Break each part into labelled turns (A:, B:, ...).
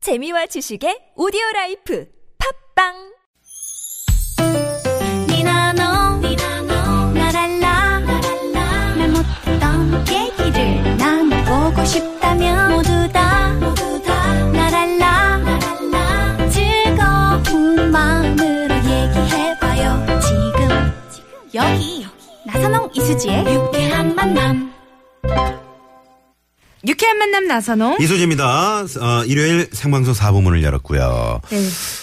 A: 재미와 지식의 오디오 라이프 팝빵
B: 니나노 날 알라 말 못했던 얘기를 나눠보고 싶다면 모두 다날 알라 즐거운 마음으로 얘기해봐요 지금 여기 나선홍 이수지의 유쾌한 만남
C: 유쾌한 만남 나선홍.
D: 이수지입니다. 어, 일요일 생방송 4부문을 열었고요.
C: 네,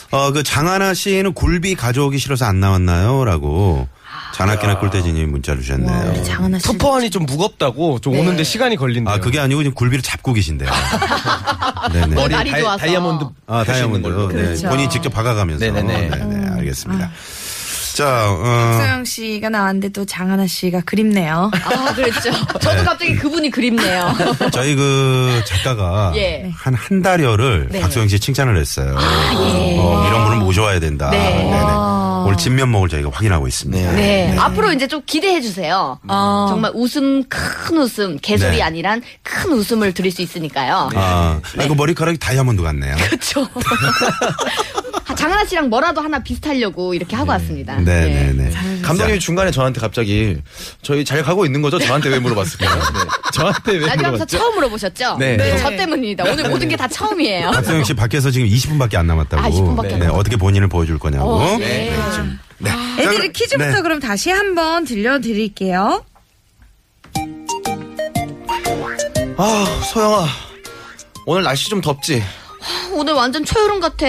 D: 어, 그 장하나 씨는 굴비 가져오기 싫어서 안 나왔나요? 라고 자나깨나 꿀대진이 문자를 주셨네요.
E: 아,
C: 장하나 씨.
F: 스포안이 좀 무겁다고 좀
E: 네.
F: 오는데 시간이 걸린다.
D: 아, 그게 아니고 지금 굴비를 잡고 계신데요. 네네.
E: 어,
F: 머리 다이, 다이아몬드
D: 아, 다이아몬드로. 네. 본인이 직접 박아가면서.
F: 네네네.
D: 네네, 알겠습니다. 자, 어,
C: 소영 씨가 나왔는데 또 장하나 씨가 그립네요.
E: 아, 그랬죠. 저도 갑자기 그분이 그립네요.
D: 저희 그 작가가
E: 예.
D: 한 한 달여를 박소영 씨 칭찬을 했어요. 어, 이런 분은 모셔와야 된다.
E: 네.
D: 네네. 오늘 진면목을 저희가 확인하고 있습니다.
E: 네. 앞으로 이제 좀 기대해 주세요. 정말 웃음, 큰 웃음, 개소리
D: 네.
E: 아니란 큰 웃음을 드릴 수 있으니까요.
D: 아, 아, 이거 머리카락이 다이아몬드 같네요.
E: 그쵸. 아, 장하나 씨랑 뭐라도 하나 비슷하려고 이렇게 하고 왔습니다.
D: 네네네.
F: 감독님이 중간에 저한테 갑자기 저희 잘 가고 있는 거죠? 저한테 왜 물어봤을까요? 네. 저한테 왜
E: 라디오 하면서
F: 물어봤죠?
E: 처음 물어보셨죠?
F: 네.
E: 저 때문입니다. 오늘 모든 게 다 처음이에요.
D: 박소영 씨 밖에서 지금 20분밖에 안 남았다고.
E: 아, 20분 밖에 안
D: 네, 어떻게 본인을 보여줄 거냐고.
E: 어, 네.
D: 지금. 네. 자,
C: 애들의
D: 그럼-
C: 퀴즈부터
D: 네.
C: 그럼 다시 한번 들려드릴게요.
F: 아, 소영아. 오늘 날씨 좀 덥지?
E: 오늘 완전 초여름 같아.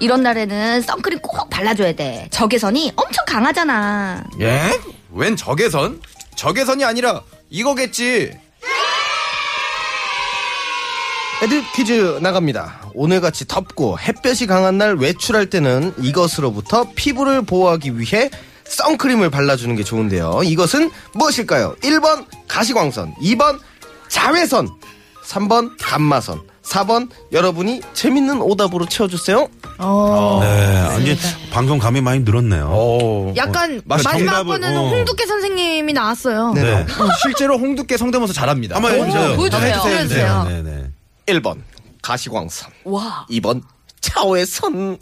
E: 이런 날에는 선크림 꼭 발라줘야 돼. 적외선이 엄청 강하잖아.
F: 예? 웬 적외선? 적외선이 아니라 이거겠지. 애들 퀴즈 나갑니다. 오늘같이 덥고 햇볕이 강한 날 외출할 때는 이것으로부터 피부를 보호하기 위해 선크림을 발라주는 게 좋은데요. 이것은 무엇일까요? 1번 가시광선, 2번 자외선, 3번 감마선, 4번 여러분이 재밌는 오답으로 채워주세요.
C: 어.
D: 네, 아, 이제 방송 감이 많이 늘었네요.
C: 약간
D: 어, 맞아,
C: 마지막
D: 정답을,
C: 거는
D: 어.
C: 홍두깨 선생님이 나왔어요.
D: 네. 네.
F: 실제로 홍두깨 성대모사 잘합니다.
D: 한번 해주세요.
E: 보여주세요.
C: 보여주세요.
D: 네, 네, 네.
F: 1번 가시광선
E: 와.
F: 2번 차오의선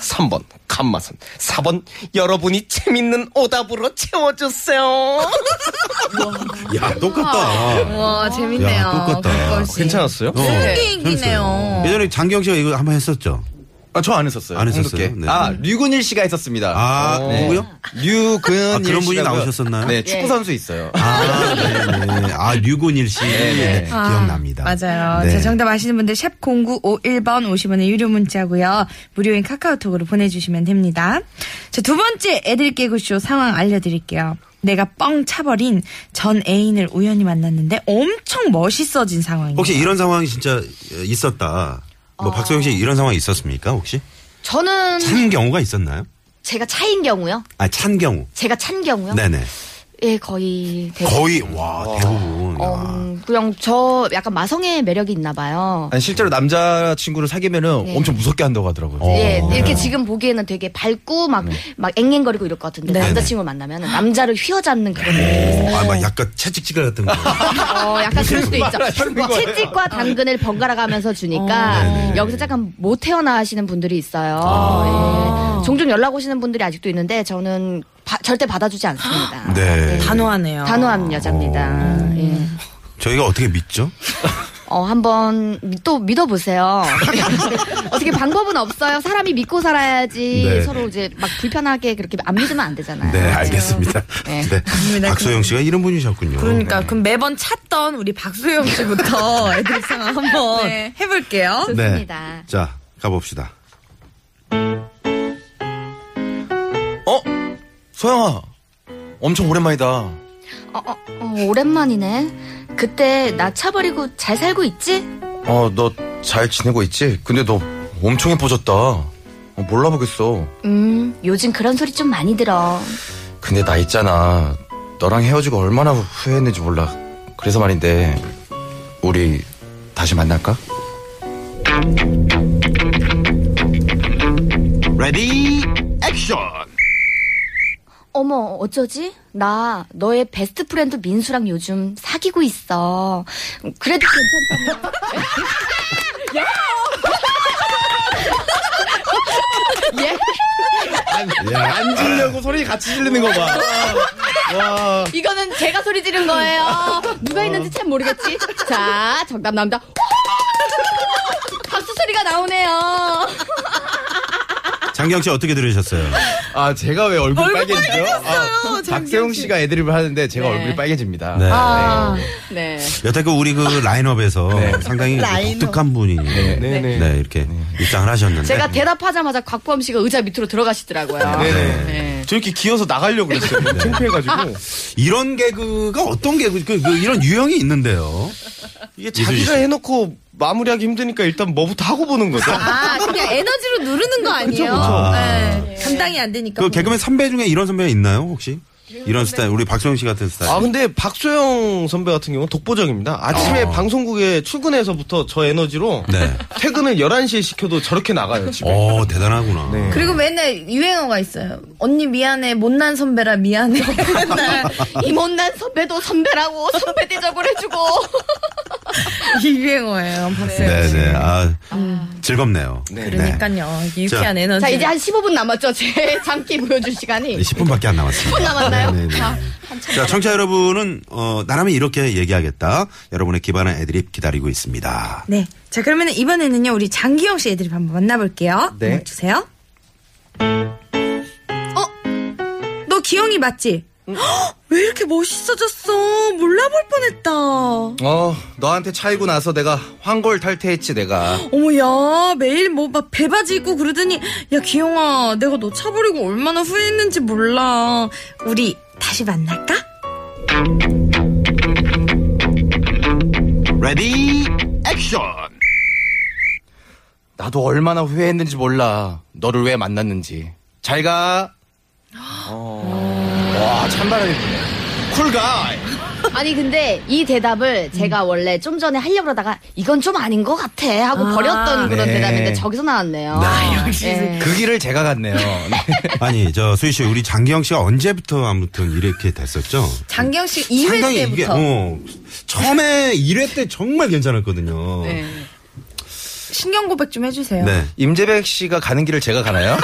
F: 3번 감마선 4번 여러분이 재밌는 오답으로 채워주세요
D: 야, 똑같다.
C: 와, 어, 재밌네요.
D: 야, 똑같다.
C: 그걸 씨.
F: 괜찮았어요?
D: 어,
C: 홍기인기네요.
D: 예전에 장경 씨가 이거 한번 했었죠.
F: 아, 저 안 했었어요
D: 안 했었어요?
F: 홍두깨.
D: 네.
F: 아 류근일 씨가 했었습니다
D: 아,
G: 네.
D: 누구요?
F: 류근일
D: 아, 그런 분이
F: 씨라고요.
D: 나오셨었나요?
F: 네 축구선수 있어요
D: 아, 네, 네. 아, 류곤일 씨. 네, 기억납니다.
C: 맞아요.
D: 네.
C: 자, 정답 아시는 분들 샵 0951번 50원의 유료 문자고요. 무료인 카카오톡으로 보내주시면 됩니다. 자, 두 번째 애들 깨고쇼 상황 알려드릴게요. 내가 뻥 차버린 전 애인을 우연히 만났는데 엄청 멋있어진 상황이에요.
D: 혹시 이런 상황이 진짜 있었다. 뭐 박소영 씨 이런 상황이 있었습니까? 혹시
E: 저는
D: 찬 경우가 있었나요?
E: 제가 차인 경우요.
D: 아, 찬 경우.
E: 제가 찬 경우요.
D: 네네.
E: 예, 거의 대부분.
D: 거의 와 대부분.
E: 어,
D: 와.
E: 그냥 저 약간 마성의 매력이 있나 봐요.
G: 아니 실제로 남자친구를 사귀면은
E: 네.
G: 엄청 무섭게 한다고 하더라고요.
D: 어.
E: 예, 이렇게 지금 보기에는 되게 밝고
G: 네.
E: 막, 막 앵앵거리고 이럴 것 같은데, 남자친구 만나면 남자를 휘어잡는 그런
G: 네.
E: 느낌이
D: 아, 막 약간 채찍질 같은 거.
E: 있어요. 어, 약간 그럴 수도 있죠.
G: 하는 거예요? 어. 네,
E: 채찍과 당근을 번갈아 가면서 주니까, 여기서 잠깐 못 태어나시는 분들이 있어요.
G: 아.
E: 예. 종종 연락 오시는 분들이 아직도 있는데, 저는 바- 절대 받아주지 않습니다. 예.
D: 네.
C: 단호하네요.
E: 단호한 여자입니다.
G: 어.
E: 예.
D: 저희가 어떻게 믿죠?
E: 어, 한번 미- 또 믿어보세요. 어떻게 방법은 없어요. 사람이 믿고 살아야지
D: 네.
E: 서로 이제 막 불편하게 그렇게 안 믿으면 안 되잖아요.
D: 네, 알겠습니다.
E: 네.
D: 네. 박소영 씨가 이런 분이셨군요. 네.
C: 그러니까 그럼 매번 찼던 우리 박소영 씨부터 애들 상황 한번 해볼게요.
D: 네.
E: 좋습니다.
D: 자, 가봅시다.
G: 어? 소영아, 엄청 오랜만이다.
E: 어, 어, 어, 오랜만이네. 그때 나 차버리고 잘 살고 있지?
G: 어, 너 잘 지내고 있지? 근데 너 엄청 예뻐졌다. 어, 몰라보겠어.
E: 음, 요즘 그런 소리 좀 많이 들어.
G: 근데 나 있잖아. 너랑 헤어지고 얼마나 후회했는지 몰라. 그래서 말인데 우리 다시 만날까?
F: 레디 액션
E: 어머, 어쩌지? 나 너의 베스트 프렌드 민수랑 요즘 사귀고 있어. 그래도 괜찮다.
G: 예.
F: 보고 소리 같이 지르는 거 봐. 와.
E: 이거는 제가 소리 지른 거예요. 누가 있는지 참 모르겠지. 자, 정답 나옵니다. 박수 소리가 나오네요.
D: 장경 씨 어떻게 들으셨어요?
G: 아 제가 왜 얼굴, 빨개지죠? 아, 박세웅 씨가 애드립을 하는데 제가
E: 네.
G: 얼굴이 빨개집니다.
D: 네.
E: 아, 네.
D: 여태껏 우리 그 라인업에서 상당히 독특한 분이 네.
F: 네네.
D: 이렇게 입장을 하셨는데
E: 제가 대답하자마자 곽범 씨가 의자 밑으로 들어가시더라고요.
F: 네.
D: 네.
E: 네.
F: 저 이렇게 기어서 나가려고 그랬어요. 창피해가지고.
D: 이런 개그가 어떤 개그 그, 그 이런 유형이 있는데요.
F: 이게
D: 이수지
F: 자기가
D: 씨.
F: 해놓고 마무리하기 힘드니까 일단 뭐부터 하고 보는 거죠.
C: 아,
E: 그러니까
C: 그냥 에너지로 누르는 거 아니에요? 네, 감당이 안 되니까.
D: 그 개그맨 선배 중에 이런 선배가 있나요 혹시? 이런 스타일 우리 박소영 씨 같은 스타일.
F: 아 근데 박소영 선배 같은 경우는 독보적입니다. 아침에 방송국에 출근해서부터 저 에너지로
D: 네.
F: 퇴근을 11시에 시켜도 저렇게 나가요, 집에.
D: 어 대단하구나.
F: 네.
C: 그리고 맨날 유행어가 있어요. 언니 미안해, 못난 선배라 미안해. 맨날
E: 이 못난 선배도 선배라고 선배 대접을 해주고.
C: 이 유행어예요, 박세요.
D: 네네. 아 즐겁네요. 네.
C: 그러니까요. 이게 유쾌한 에너지.
E: 자, 이제 한 15분 남았죠. 제 장기 보여줄 시간이.
D: 10분밖에 안 남았습니다.
E: 10분 남았나요?
D: 네네네.
E: 아,
D: 자, 청취자 여러분은, 어, 나라면 이렇게 얘기하겠다. 여러분의 기반한 애드립 기다리고 있습니다.
C: 네. 자, 그러면 이번에는요, 우리 장기영 씨 애들이 한번 만나볼게요.
F: 네.
C: 음악 주세요. 어? 너 기영이 맞지?
D: 음.
C: 헉, 왜 이렇게 멋있어졌어? 몰라볼 뻔했다.
G: 어 너한테 차이고 나서 내가 황골 탈퇴했지 내가.
C: 어머, 야, 매일 뭐 막 배바지 입고 그러더니, 야, 기영아, 내가 너 차버리고 얼마나 후회했는지 몰라. 우리 다시 만날까?
D: 레디, 액션!
G: 나도 얼마나 후회했는지 몰라. 너를 왜 만났는지. 잘 가.
F: 어.
G: 와 찬바람이 부네. 쿨가이.
E: 아니 근데 이 대답을 제가 원래 좀 전에 하려고 그러다가 이건 좀 아닌 것 음. 같아 하고 버렸던 그런
G: 네.
E: 대답인데 저기서 나왔네요. 아, 역시.
G: 그 길을 제가 갔네요.
D: 아니, 저, 수희 씨, 우리 장기영 씨가 언제부터 아무튼 이렇게 됐었죠?
C: 장기영 씨 2회 때부터.
D: 이게, 어, 처음에 1회 때 정말 괜찮았거든요. 네.
C: 신경 고백 좀 해주세요.
G: 임재백 씨가 가는 길을 제가 가나요?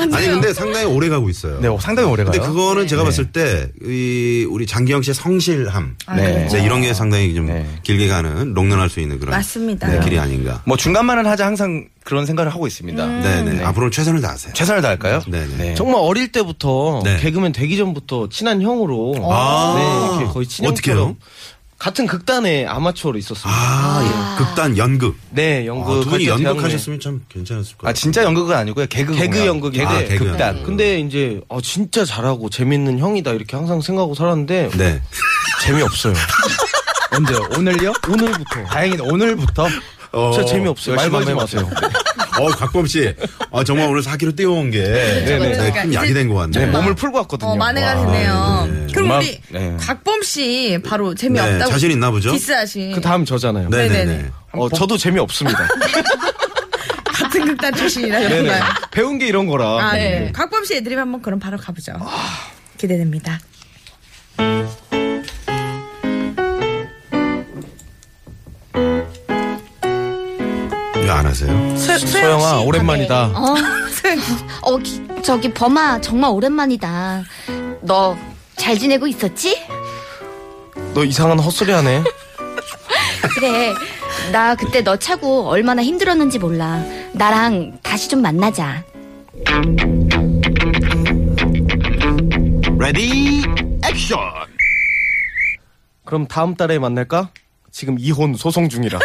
D: 아니, 근데 상당히 오래 가고 있어요.
G: 네 상당히 오래 가요.
D: 근데 그거는
F: 네.
D: 제가 봤을 때, 이, 우리 장기영 씨의 성실함.
C: 아, 그렇죠?
G: 네.
D: 이제 이런 게 상당히 좀
G: 네.
D: 길게 가는, 롱런할 수 있는 그런.
C: 맞습니다.
D: 네, 길이 아닌가.
G: 뭐 중간만은 하자 항상 그런 생각을 하고 있습니다.
C: 음.
D: 네네. 앞으로 최선을 다하세요.
G: 최선을 다할까요?
D: 네네.
F: 정말 어릴 때부터
D: 네.
F: 개그맨 되기 전부터 친한 형으로
D: 아.
F: 네, 이렇게 거의 친형
D: 어떻게요?
F: 같은 극단의 아마추어로 있었습니다.
D: 아, 예. 극단 연극.
F: 네,
D: 아,
F: 연극
D: 두 분이
F: 할때
D: 연극
F: 대학로에.
D: 하셨으면 참 괜찮았을 것 같아요.
G: 아 진짜 연극은 아니고요. 개그
F: 개그
G: 공연.
F: 연극인데.
G: 개그
D: 아, 개그
G: 극단.
D: 연극.
F: 근데 이제 아 진짜 잘하고 재밌는 형이다 이렇게 항상 생각하고 살았는데
D: 네.
F: 재미없어요.
G: 언제요? 오늘요?
F: 오늘부터
G: 다행이다. 오늘부터
D: 어,
F: 진짜 재미없어요. 말
G: 열심히
F: 걸지
G: 한번
F: 마세요.
D: 어, 곽범 씨. 아, 정말 오늘 4kg 뛰어온 게. 네네.
C: 그러니까
D: 큰
C: 이제-
D: 약이 된 것 같네요.
F: 네, 몸을 풀고 왔거든요.
C: 어, 만회가 되네요. 그럼
G: 정말,
C: 우리
G: 네.
C: 곽범 씨 바로
D: 네,
C: 재미없다고
D: 자신 있나 보죠?
C: 디스하신
F: 그 다음 저잖아요.
D: 네네네.
C: 네네네.
F: 어, 저도 재미없습니다.
C: 같은 극단 출신이라
F: 네네.
C: 정말.
F: 배운 게 이런 거라.
C: 아, 네. 곽범 씨 애드립 한번 그럼 바로 가보죠.
D: 아.
C: 기대됩니다.
D: 이거 안 하세요?
C: 소,
F: 네. 소영아, 오랜만이다.
E: 어, 어 기- 저기 범아 정말 오랜만이다. 너 잘 지내고 있었지?
F: 너 이상한 헛소리 하네.
E: 그래. 나 그때 너 차고 얼마나 힘들었는지 몰라. 나랑 다시 좀 만나자.
D: 레디, 액션!
F: 그럼 다음 달에 만날까? 지금 이혼 소송 중이라.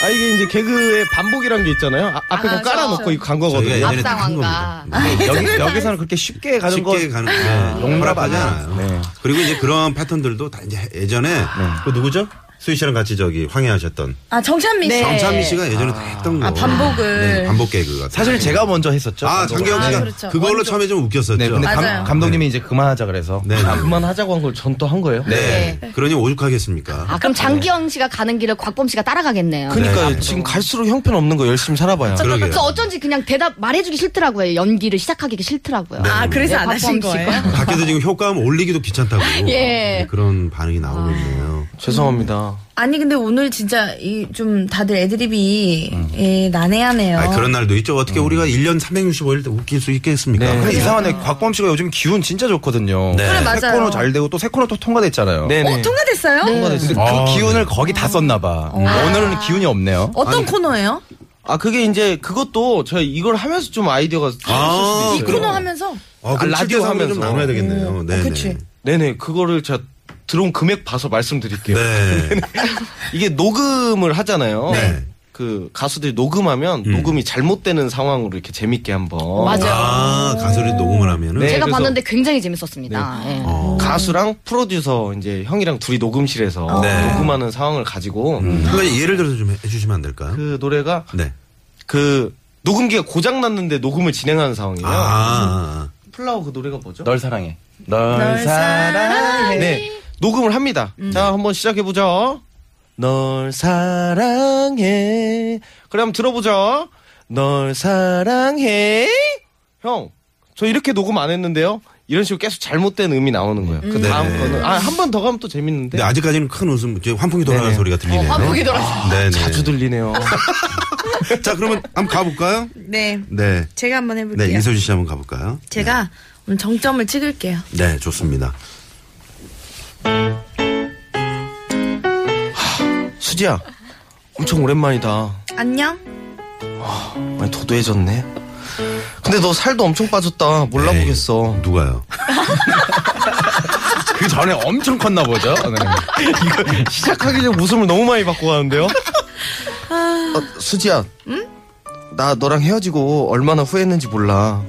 F: 아 이게 이제 개그의 반복이란 게 있잖아요. 아, 앞에 거 깔아놓고 이거 간 거거든요.
D: 저희가 예전에
E: 앞상황과.
D: 딱한 겁니다. 네.
G: 여기, 여기서는 그렇게 쉽게 가는 거.
D: 쉽게 네, 가는 거. 용납하지 않아요.
G: 네.
D: 그리고 이제 그런 패턴들도 다 이제 예전에 그 누구죠? 수희 씨랑 같이 저기 황해하셨던
C: 아, 정찬민 씨.
E: 네.
D: 정찬미 씨가 예전에 다 했던 거.
C: 아, 반복을.
D: 네, 반복 개그 같은
G: 사실
D: 거.
G: 제가 먼저 했었죠.
D: 아,
G: 감독을.
D: 장기영 씨가
C: 아, 그렇죠.
D: 그걸로
C: 먼저.
D: 처음에 좀 웃겼었죠.
G: 네, 근데
C: 맞아요.
G: 감, 감독님이 이제 그만하자 그래서.
D: 네.
F: 아, 그만하자고 한 걸 전 또 한 거예요.
D: 네. 그러니 오죽하겠습니까?
E: 아, 그럼 장기영 씨가 가는 길을 곽범 씨가 따라가겠네요.
F: 그러니까 지금 갈수록 형편없는 거 열심히 살아봐요.
D: 그러게요.
E: 그래서 어쩐지 그냥 대답 말해주기 싫더라고요. 연기를 시작하기 싫더라고요.
C: 아, 그래서 안
E: 네, 곽범
C: 하신
E: 씨가.
C: 거예요?
D: 밖에서 지금 효과음 올리기도 귀찮다고.
E: 예.
C: 아.
D: 네, 그런 반응이 나오고 있네요.
F: 죄송합니다.
C: 아니 근데 오늘 진짜 이 좀 다들 애드립이 예, 난해하네요.
D: 아 그런 날도 있죠. 어떻게 우리가 1년 365일 때 웃길 수 있겠습니까?
F: 네.
G: 근데
D: 그래,
G: 이상하네. 곽범 씨가 요즘 기운 진짜 좋거든요.
D: 네. 그래,
C: 맞아요.
G: 세 코너 잘 되고 또 세 코너 또 통과됐잖아요.
F: 네네. 네.
C: 어, 통과됐어요?
G: 근데 그
D: 아,
G: 기운을 거기 다 썼나 봐.
C: 어.
G: 오늘은 기운이 없네요.
C: 어떤 코너예요?
F: 아 그게 이제 그것도 저희 이걸 하면서 좀 아이디어가
D: 아,
F: 아,
C: 이 코너 하면서
D: 어, 그럼
F: 아,
D: 라디오
F: 라디오
D: 하면 좀
F: 하면서.
D: 나눠야 되겠네요. 네.
C: 음. 아, 그치.
F: 네네 그거를 제가 들어온 금액 봐서 말씀드릴게요.
D: 네.
F: 이게 녹음을 하잖아요.
D: 네.
F: 그 가수들이 녹음하면 녹음이 잘못되는 상황으로 이렇게 재밌게 한번
E: 맞아요.
D: 아, 가수를 녹음을 하면은 어.
F: 네.
E: 제가
F: 그래서-
E: 봤는데 굉장히 재밌었습니다.
D: 네.
E: 예.
F: 가수랑 프로듀서 이제 형이랑 둘이 녹음실에서
D: 네.
F: 녹음하는 상황을 가지고
D: 그러니까 예를 들어서 좀 해- 해주시면 안 될까요?
F: 그 노래가
D: 네.
F: 그 녹음기가 고장 났는데 녹음을 진행하는 상황이에요.
D: 아, 아,
F: 플라워 그 노래가 뭐죠?
G: 널 사랑해. 널,
C: 널 사랑해.
F: 네 녹음을 합니다. 자 한번 시작해 보죠. 널 사랑해. 그래 한번 들어보죠. 널 사랑해. 형, 저 이렇게 녹음 안 했는데요. 이런 식으로 계속 잘못된 음이 나오는 거예요. 그 다음
D: 네.
F: 거는 아 한 번 더 가면 또 재밌는데
D: 근데 네, 아직까지는 큰 웃음, 이제 환풍기 돌아가는
F: 네네.
D: 소리가 들리네요.
E: 어, 환풍기 돌아가는
D: 네네.
F: 자주 들리네요.
D: 자, 그러면 한번 가볼까요?
C: 네.
D: 네.
C: 제가 한번 해볼게요.
D: 네, 이소진 씨 한번 가볼까요?
C: 제가 오늘 정점을 찍을게요.
D: 네, 좋습니다.
F: 수지야, 엄청 오랜만이다.
C: 안녕.
F: 많이 도도해졌네. 근데 너 살도 엄청 빠졌다. 몰라보겠어.
D: 에이, 네. 누가요?
G: 그 전에 엄청 컸나 보죠. 네.
F: 이거 시작하기 전에 웃음을 너무 많이 받고 가는데요. 어, 수지야, 나 너랑 헤어지고 얼마나 후회했는지 몰라.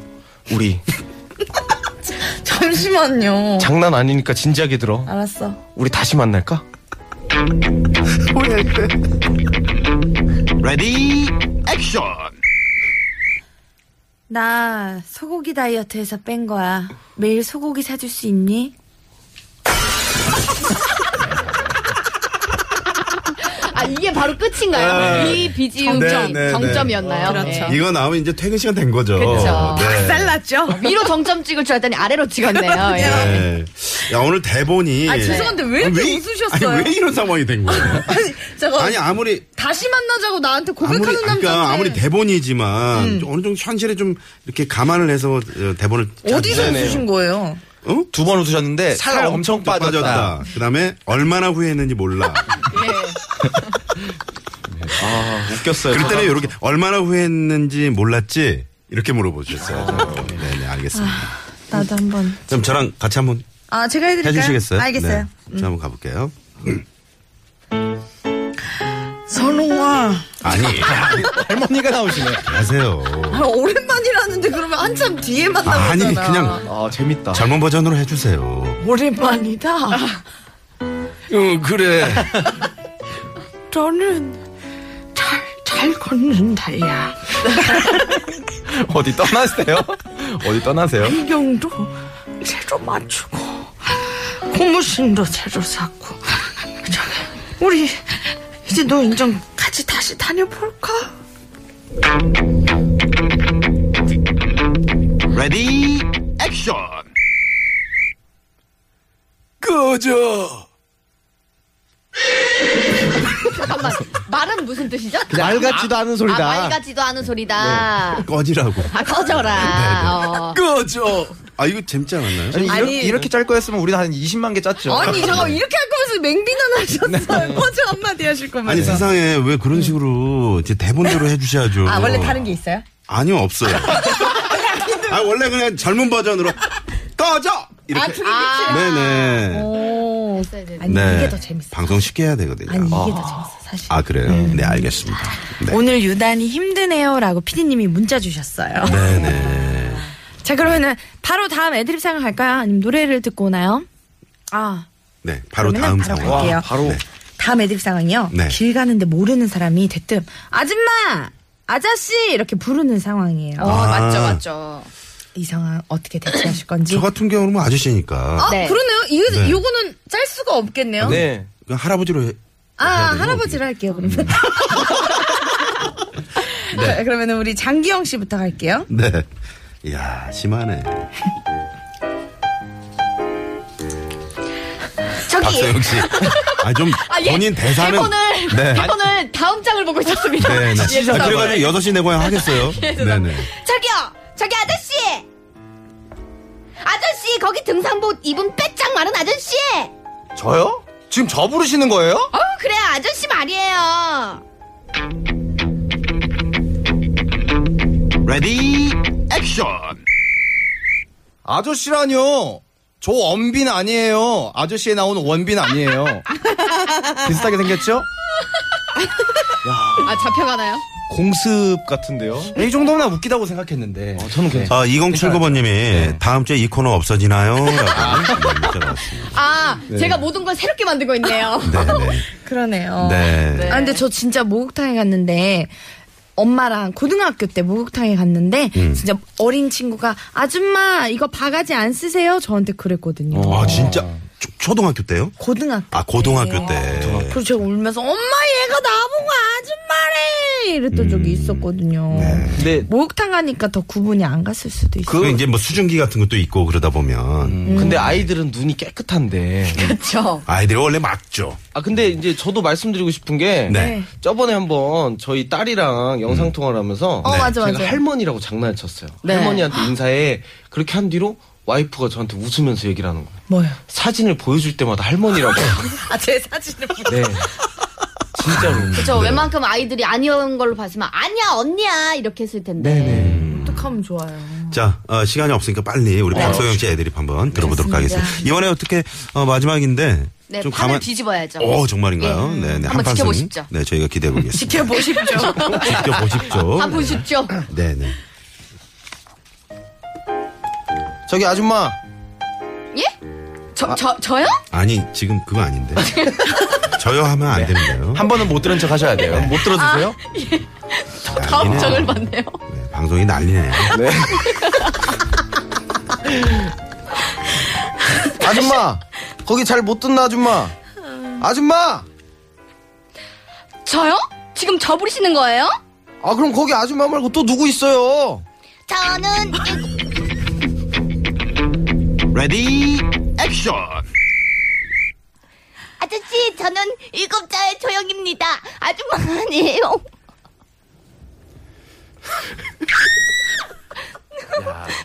F: 우리
C: 잠시만요.
F: 장난 아니니까 진지하게 들어.
C: 알았어.
F: 우리 다시 만날까?
C: 나 소고기 다이어트에서 뺀 거야. 매일 소고기 사줄 수 있니?
E: 아 이게 바로 끝인가요? 이 BGM
D: 네, 네, 네.
E: 정점이었나요?
C: 그렇죠.
E: 예.
D: 이거 나오면 이제 퇴근 시간 된 거죠.
E: 그쵸.
D: 네.
C: 쌀났죠?
E: 위로 정점 찍을 줄 알았더니 아래로 찍었네요. 예.
D: 네. 야, 오늘 대본이.
C: 아, 죄송한데 왜 이렇게
D: 아니, 이-
C: 웃으셨어요?
D: 아니, 왜 이런 상황이 된 거예요?
C: 아니, 저거
D: 아니, 아무리
C: 다시 만나자고 나한테
D: 아무리
C: 고백하는 남자한테 음.
D: 그러니까 아무리 대본이지만 좀 어느 정도 현실에 좀 이렇게 감안을 해서 어, 대본을
C: 어디서
D: 짜-
C: 웃으신 거예요?
D: 어?
G: 두 번 웃으셨는데 살, 엄청 빠졌다.
D: 그다음에 얼마나 후회했는지 몰라.
C: 네.
F: 아, 웃겼어요.
D: 그럴 때는 이렇게 얼마나 후회했는지 몰랐지 이렇게 물어보셨어요.
C: 아.
D: 네, 네, 알겠습니다.
C: 나도 한번.
D: 그럼 저랑 같이 한번
C: 아, 제가 해드릴까요?
D: 해주시겠어요?
C: 알겠어요. 음.
D: 네. 자, 한번 가볼게요.
C: 선홍아.
D: 아니,
G: 할머니가 나오시네.
D: 가세요.
C: 아, 오랜만이라는데 그러면 한참 뒤에 만나보잖아.
D: 아니, 그냥
F: 아, 재밌다.
D: 젊은 버전으로 해주세요.
C: 오랜만이다.
F: 어,
D: 응, 그래.
C: 저는 잘, 잘 걷는다야.
G: 어디 떠나세요? 어디 떠나세요?
C: 배경도 새로 맞추고 고무신도 새로 샀고 저기 우리 이제 너 인정 같이 다시 다녀볼까?
G: 레디 액션. 꺼져.
E: 잠깐만 말은 무슨 뜻이죠?
F: 말 같지도 않은
E: 아,
F: 소리다.
E: 말 같지도 않은 소리다.
D: 네. 꺼지라고. 네,
E: 아 꺼져라. 어.
G: 꺼져.
D: 아, 이거 재밌지 않았나요?
G: 아니,
C: 아니.
G: 이렇게, 이렇게 짤 거였으면 우리는 한 20만 개 짰죠.
C: 아니 저거 이렇게 할 거면서 맹비난 하셨어요 먼저 한마디 하실 거면
D: 네. 아니, 세상에 왜 그런 식으로 이제 대본대로 해주셔야죠.
C: 아 원래 다른 게 있어요?
D: 아니요, 없어요. 아, 원래 그냥 젊은 버전으로 꺼져!
C: 아,
D: 이렇게. 아. 네네.
C: 어. 아니 이게 더 재밌어
D: 방송 쉽게 해야 되거든요.
C: 아니 이게
D: 어. 네. 아,
C: 더 음. 재밌어 사실
D: 아, 그래요? 네, 알겠습니다. 네.
C: 오늘 유난히 힘드네요 라고 피디님이 문자 주셨어요
D: 네네.
C: 자 그러면은 바로 다음 애드립 상황 갈까요? 아니면 노래를 듣고 오나요? 아
D: 네, 바로
C: 그러면은
D: 다음
C: 바로
D: 상황.
C: 갈게요.
D: 와,
F: 바로
C: 다음 애드립 상황이요.
D: 네.
C: 길 가는데 모르는 사람이 대뜸 아줌마, 아저씨 이렇게 부르는 상황이에요.
E: 어,
D: 아.
E: 맞죠 맞죠.
C: 이 상황 어떻게 대처하실 건지.
D: 저 같은 경우는 뭐 아저씨니까.
C: 아,
E: 네.
C: 그러네요. 이
D: 네.
C: 요거는 짤 수가 어? 없겠네요.
F: 네.
D: 그냥 할아버지로 해.
C: 아
D: 해야 되나?
C: 할아버지를 할게요 그러면. 그러면 우리 장기영 씨부터 갈게요.
D: 네. 이야, 심하네.
E: 저기
D: 박서영 씨. 아, 좀
E: 예.
D: 본인 대사는.
E: 대본을
D: 네.
E: 대본을 다음 장을 보고 있었습니다.
D: 네, 네.
E: 예,
D: 아, 그래가지고 여섯 시 내고야 하겠어요. 네네.
E: 저기요, 저기 아저씨, 아저씨 거기 등산복 입은 빼짝 마른 아저씨.
F: 저요? 지금 저 부르시는 거예요?
E: 어 그래 아저씨 말이에요.
F: 레디 액션 아저씨라뇨 저 원빈 아니에요 아저씨에 나온 원빈 아니에요 비슷하게 생겼죠?
E: 아 잡혀가나요?
F: 공습 같은데요 이 정도면 나 웃기다고 생각했는데
G: 어,
F: 저는 괜찮아요
D: 아, 2079번님이 다음 주에 이 코너 없어지나요? 라고 문자가 왔습니다.
E: 아 제가 모든 걸 새롭게 만들고 있네요.
D: 네네.
C: 네. 그러네요.
D: 네.
C: 아, 근데 저 진짜 목욕탕에 갔는데 엄마랑 고등학교 때 목욕탕에 갔는데
D: 음.
C: 진짜 어린 친구가 아줌마 이거 바가지 안 쓰세요? 저한테 그랬거든요.
D: 아, 진짜. 초- 초등학교 때요?
C: 고등학교.
D: 아,
E: 네.
D: 고등학교 때.
C: 그래서 제가 울면서 엄마 얘가 나보고 아줌마래 이랬던
D: 음.
C: 적이 있었거든요.
F: 근데
C: 목욕탕 가니까 더 구분이 안 갔을 수도 있어요.
D: 네. 그 음. 이제 뭐 수증기 같은 것도 있고 그러다 보면
F: 근데 아이들은 눈이 깨끗한데
E: 그렇죠.
D: 음. 아이들이 원래 맞죠.
F: 아 근데 이제 저도 말씀드리고 싶은 게
D: 네.
F: 저번에 한번 저희 딸이랑 영상 통화를 하면서
C: 어, 맞아,
F: 제가
C: 맞아.
F: 할머니라고 장난을 쳤어요.
E: 네.
F: 할머니한테 인사해 그렇게 한 뒤로 와이프가 저한테 웃으면서 얘기를 하는 거예요.
C: 뭐요?
F: 사진을 보여줄 때마다 할머니라고.
C: 아 제 사진을
F: 네. 진짜로.
E: 그렇죠.
D: 네.
E: 웬만큼 아이들이 아니었던 걸로 봤으면 아니야 언니야 이렇게 했을 텐데.
D: 네,
C: 어떡하면 좋아요.
D: 자, 어, 시간이 없으니까 빨리 우리 박소영 씨 애드립 한번 들어보도록
E: 그렇습니다.
D: 하겠습니다. 이번에 어떻게 어, 마지막인데
E: 네,
D: 좀
E: 판을
D: 가만
E: 뒤집어야죠.
D: 오, 정말인가요?
E: 예.
D: 네, 네.
E: 한번
D: 한판 승리.
E: 지켜보십시오.
D: 네, 저희가 기대해 보겠습니다.
C: 지켜보십시오.
D: 지켜보십시오.
E: 한번 쉽죠.
D: 네, 네.
F: 저기 아줌마.
E: 예? 저, 저, 저요?
D: 아니, 지금 그거 아닌데. 저요 하면
E: 네.
D: 안 되는데요.
F: 한 번은 못 들은 척 하셔야 돼요. 못 들어주세요?
D: 아,
E: 다음 장을 봤네요.
D: 네, 방송이 난리네요.
F: 네. 아줌마. 거기 잘 못 듣나 아줌마.
C: 음.
F: 아줌마.
E: 저요? 지금 저 부르시는 거예요?
F: 아 그럼 거기 아줌마 말고 또 누구 있어요?
B: 저는
F: 레디 액션.
B: 아저씨 저는 일곱 자의 조영입니다 아줌마 아니에요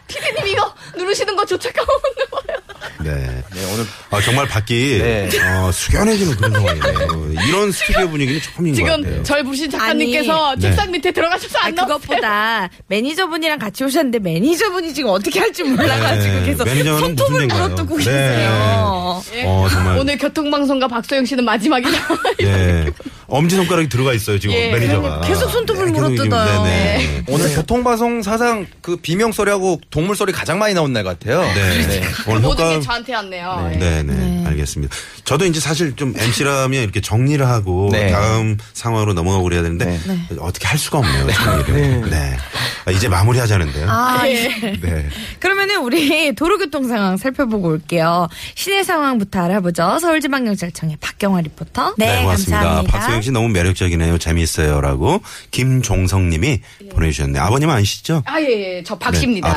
E: 피디님 이거 누르시는 거 조차 까먹는 거예요.
D: 네.
F: 네 오늘
D: 아, 정말 밖이
F: 네.
D: 어, 숙연해지는 그런 상황이네요. 이런 스튜디오 분위기는 처음인 것 같아요.
H: 지금 절 부신 작가님께서
D: 네.
H: 책상 밑에 들어가셔서
C: 아
H: 안 나오세요.
C: 그것보다 매니저분이 같이 오셨는데 매니저분이 지금 어떻게 할지 몰라가지고
D: 네,
C: 계속
D: 매니저는 무슨
C: 손톱을
D: 생각이에요?
C: 물어뜯고
D: 네.
C: 계세요.
D: 어, 정말.
H: 오늘 교통방송과 박소영 씨는 마지막이다.
D: 예. 엄지손가락이 들어가 있어요, 지금 매니저가.
C: 계속 손톱을
D: 계속 지금,
C: 물어뜯어요.
D: 네네.
I: 오늘 교통방송 사상 그 비명 소리하고 동물 소리 가장 많이 나온 날 같아요.
D: 네. 오늘
H: 그러니까 모든
D: 효과.
H: 게 저한테 왔네요. 예.
D: 네네. 알겠습니다. 저도 이제 사실 좀 MC라면 이렇게 정리를 하고
I: 네.
D: 다음 상황으로 넘어가고 그래야 되는데
H: 네.
D: 어떻게 할 수가 네. 없네요, 정리를. 네. 아, 이제 마무리 하자는데요.
C: 아, 예.
F: 그러니까.
D: 네.
C: 그러면은 우리 도로교통 상황 살펴보고 올게요. 시내 상황부터 알아보죠. 서울지방경찰청의 박경화 리포터.
D: 네, 고맙습니다. 박소영 씨 너무 매력적이네요. 재미있어요라고 김종성 님이 보내주셨네요. 아버님 은 아시죠?
H: 예. 아, 예, 예. 저 박씨입니다.
D: 네. 아,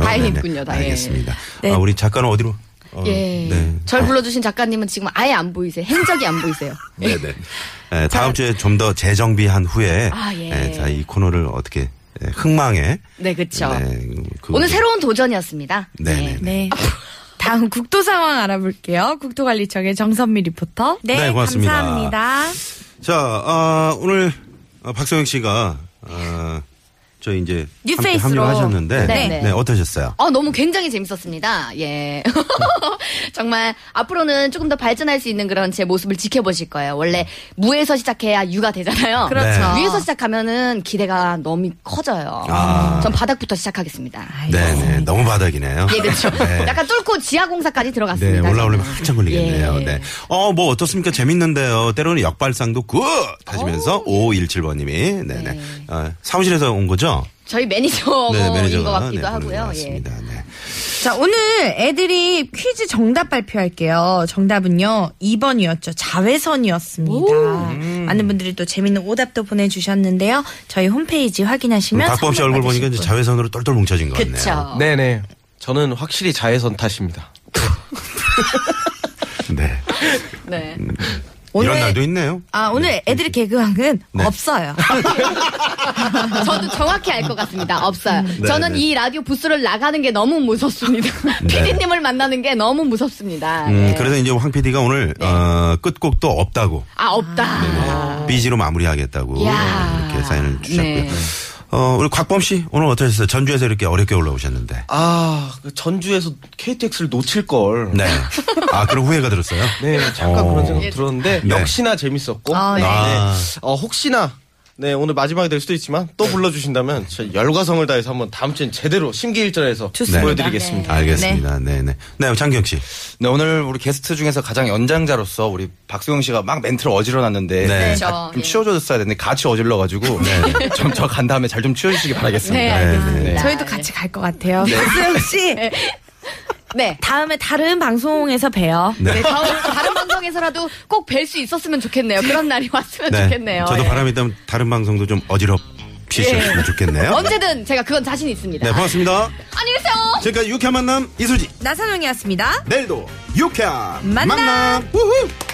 H: 다행이군요,
D: 네네.
H: 다행. 예.
D: 알겠습니다. 아, 우리 작가는 어디로? 어,
E: 예.
D: 네.
E: 절
D: 아,
E: 불러주신 작가님은 지금 아예 안 보이세요. 행적이 안 보이세요.
D: 네네. 네, 다음 주에 좀 더 재정비한 후에
E: 아, 예.
D: 네, 자, 이 코너를 어떻게 네, 흥망에
E: 네, 그쵸.
D: 네, 그거-
E: 오늘 새로운 도전이었습니다.
D: 네네. 네.
C: 네. 다음 국도 상황 알아볼게요. 국토관리청의 정선미 리포터.
D: 네, 네, 고맙습니다.
C: 감사합니다.
D: 자, 아, 오늘 어, 박소영 씨가 아, 저희 이제 함께
C: 뉴페이스로.
D: 합류하셨는데
E: 네.
D: 네, 어떠셨어요?
E: 어, 너무 굉장히 재밌었습니다. 예. 정말 앞으로는 조금 더 발전할 수 있는 그런 제 모습을 지켜보실 거예요. 원래 무에서 시작해야 유가 되잖아요.
D: 그렇죠.
E: 네. 위에서 시작하면은 기대가 너무 커져요.
D: 아.
E: 전 바닥부터 시작하겠습니다.
D: 네네. 너무 바닥이네요.
E: 예, 그렇죠.
D: 네.
E: 약간 뚫고 지하공사까지
D: 네,
E: 들어갔습니다.
D: 올라오려면
E: 저는.
D: 한참 걸리겠네요.
E: 예.
D: 네. 어, 뭐 어떻습니까? 재밌는데요. 때로는 역발상도 굿! 하시면서 5517번님이. 네네. 어, 사무실에서 온 거죠?
E: 저희 매니저인
D: 네,
E: 것
D: 매니저가.
E: 같기도 하고요. 예.
D: 맞습니다. 네.
C: 자, 오늘 애들이 퀴즈 정답 발표할게요. 정답은요, 2번이었죠. 자외선이었습니다.
D: 음.
C: 많은 분들이 또 재밌는 오답도 보내주셨는데요. 저희 홈페이지
D: 음,
C: 확인하시면.
D: 박범 씨
C: 선물
D: 얼굴
C: 받으실
D: 보니까 이제
C: 분.
D: 자외선으로 똘똘 뭉쳐진 것 같네요.
C: 어.
E: 그쵸.
F: 네네. 저는 확실히 자외선 탓입니다.
D: 네.
E: 네.
D: 이런 날도 있네요.
C: 아, 오늘 애들의 개그왕은
D: 네.
C: 없어요.
E: 저도 정확히 알 것 같습니다. 없어요. 저는
D: 네.
E: 이 라디오 부스를 나가는 게 너무 무섭습니다. 피디님을 만나는 게 너무 무섭습니다.
D: 음,
E: 네.
D: 그래서 이제 황 PD가 오늘 어, 끝곡도 없다고
E: 아
D: 네.
E: 없다.
D: 비지로 마무리하겠다고
E: 이야.
D: 이렇게 사인을 주셨고요.
E: 네.
D: 어, 우리 곽범 씨 오늘 어떠셨어요? 전주에서 이렇게 어렵게 올라오셨는데.
F: 아, 그 전주에서 KTX를 놓칠 걸.
D: 네. 아 그럼 후회가 들었어요?
F: 네, 잠깐
D: 어.
F: 그런
C: 예.
F: 생각 들었는데
D: 네.
F: 역시나 재밌었고. 네.
D: 아.
F: 어, 혹시나 네, 오늘 마지막이 될 수도 있지만
D: 네.
F: 또 불러 주신다면 저 열과성을 다해서 한번 다음 주엔 제대로 심기일전해서
C: 좋습니다.
F: 보여 드리겠습니다.
D: 알겠습니다. 네, 네. 네, 장기혁 씨.
G: 네, 오늘 우리 게스트 중에서 가장 연장자로서 우리 박수영 씨가 막 멘트를 어지러놨는데
D: 네.
E: 그렇죠.
G: 다- 좀 치워줬어야 되는데 같이 어질러가지고
F: 네.
G: 좀 저 간 다음에 잘 좀 치워주시기 바라겠습니다.
E: 네,
D: 네, 네.
C: 저희도 같이 갈 것 같아요. 박수영 씨.
E: 네.
C: 다음에 다른 방송에서 봬요.
E: 네, 다음, 다른 방송에서라도 꼭 뵐 수 있었으면 좋겠네요. 그런 날이 왔으면 좋겠네요.
D: 저도
E: 예.
D: 바람이 있다면 다른 방송도 좀 어지럽히셨으면 좋겠네요.
E: 언제든 제가 그건 자신 있습니다.
D: 네, 고맙습니다.
E: 안녕히 계세요.
D: 지금까지 유쾌한 만남 이수지.
C: 나선홍이었습니다.
D: 내일도 유쾌한
C: 만남.
D: 만남. 우후.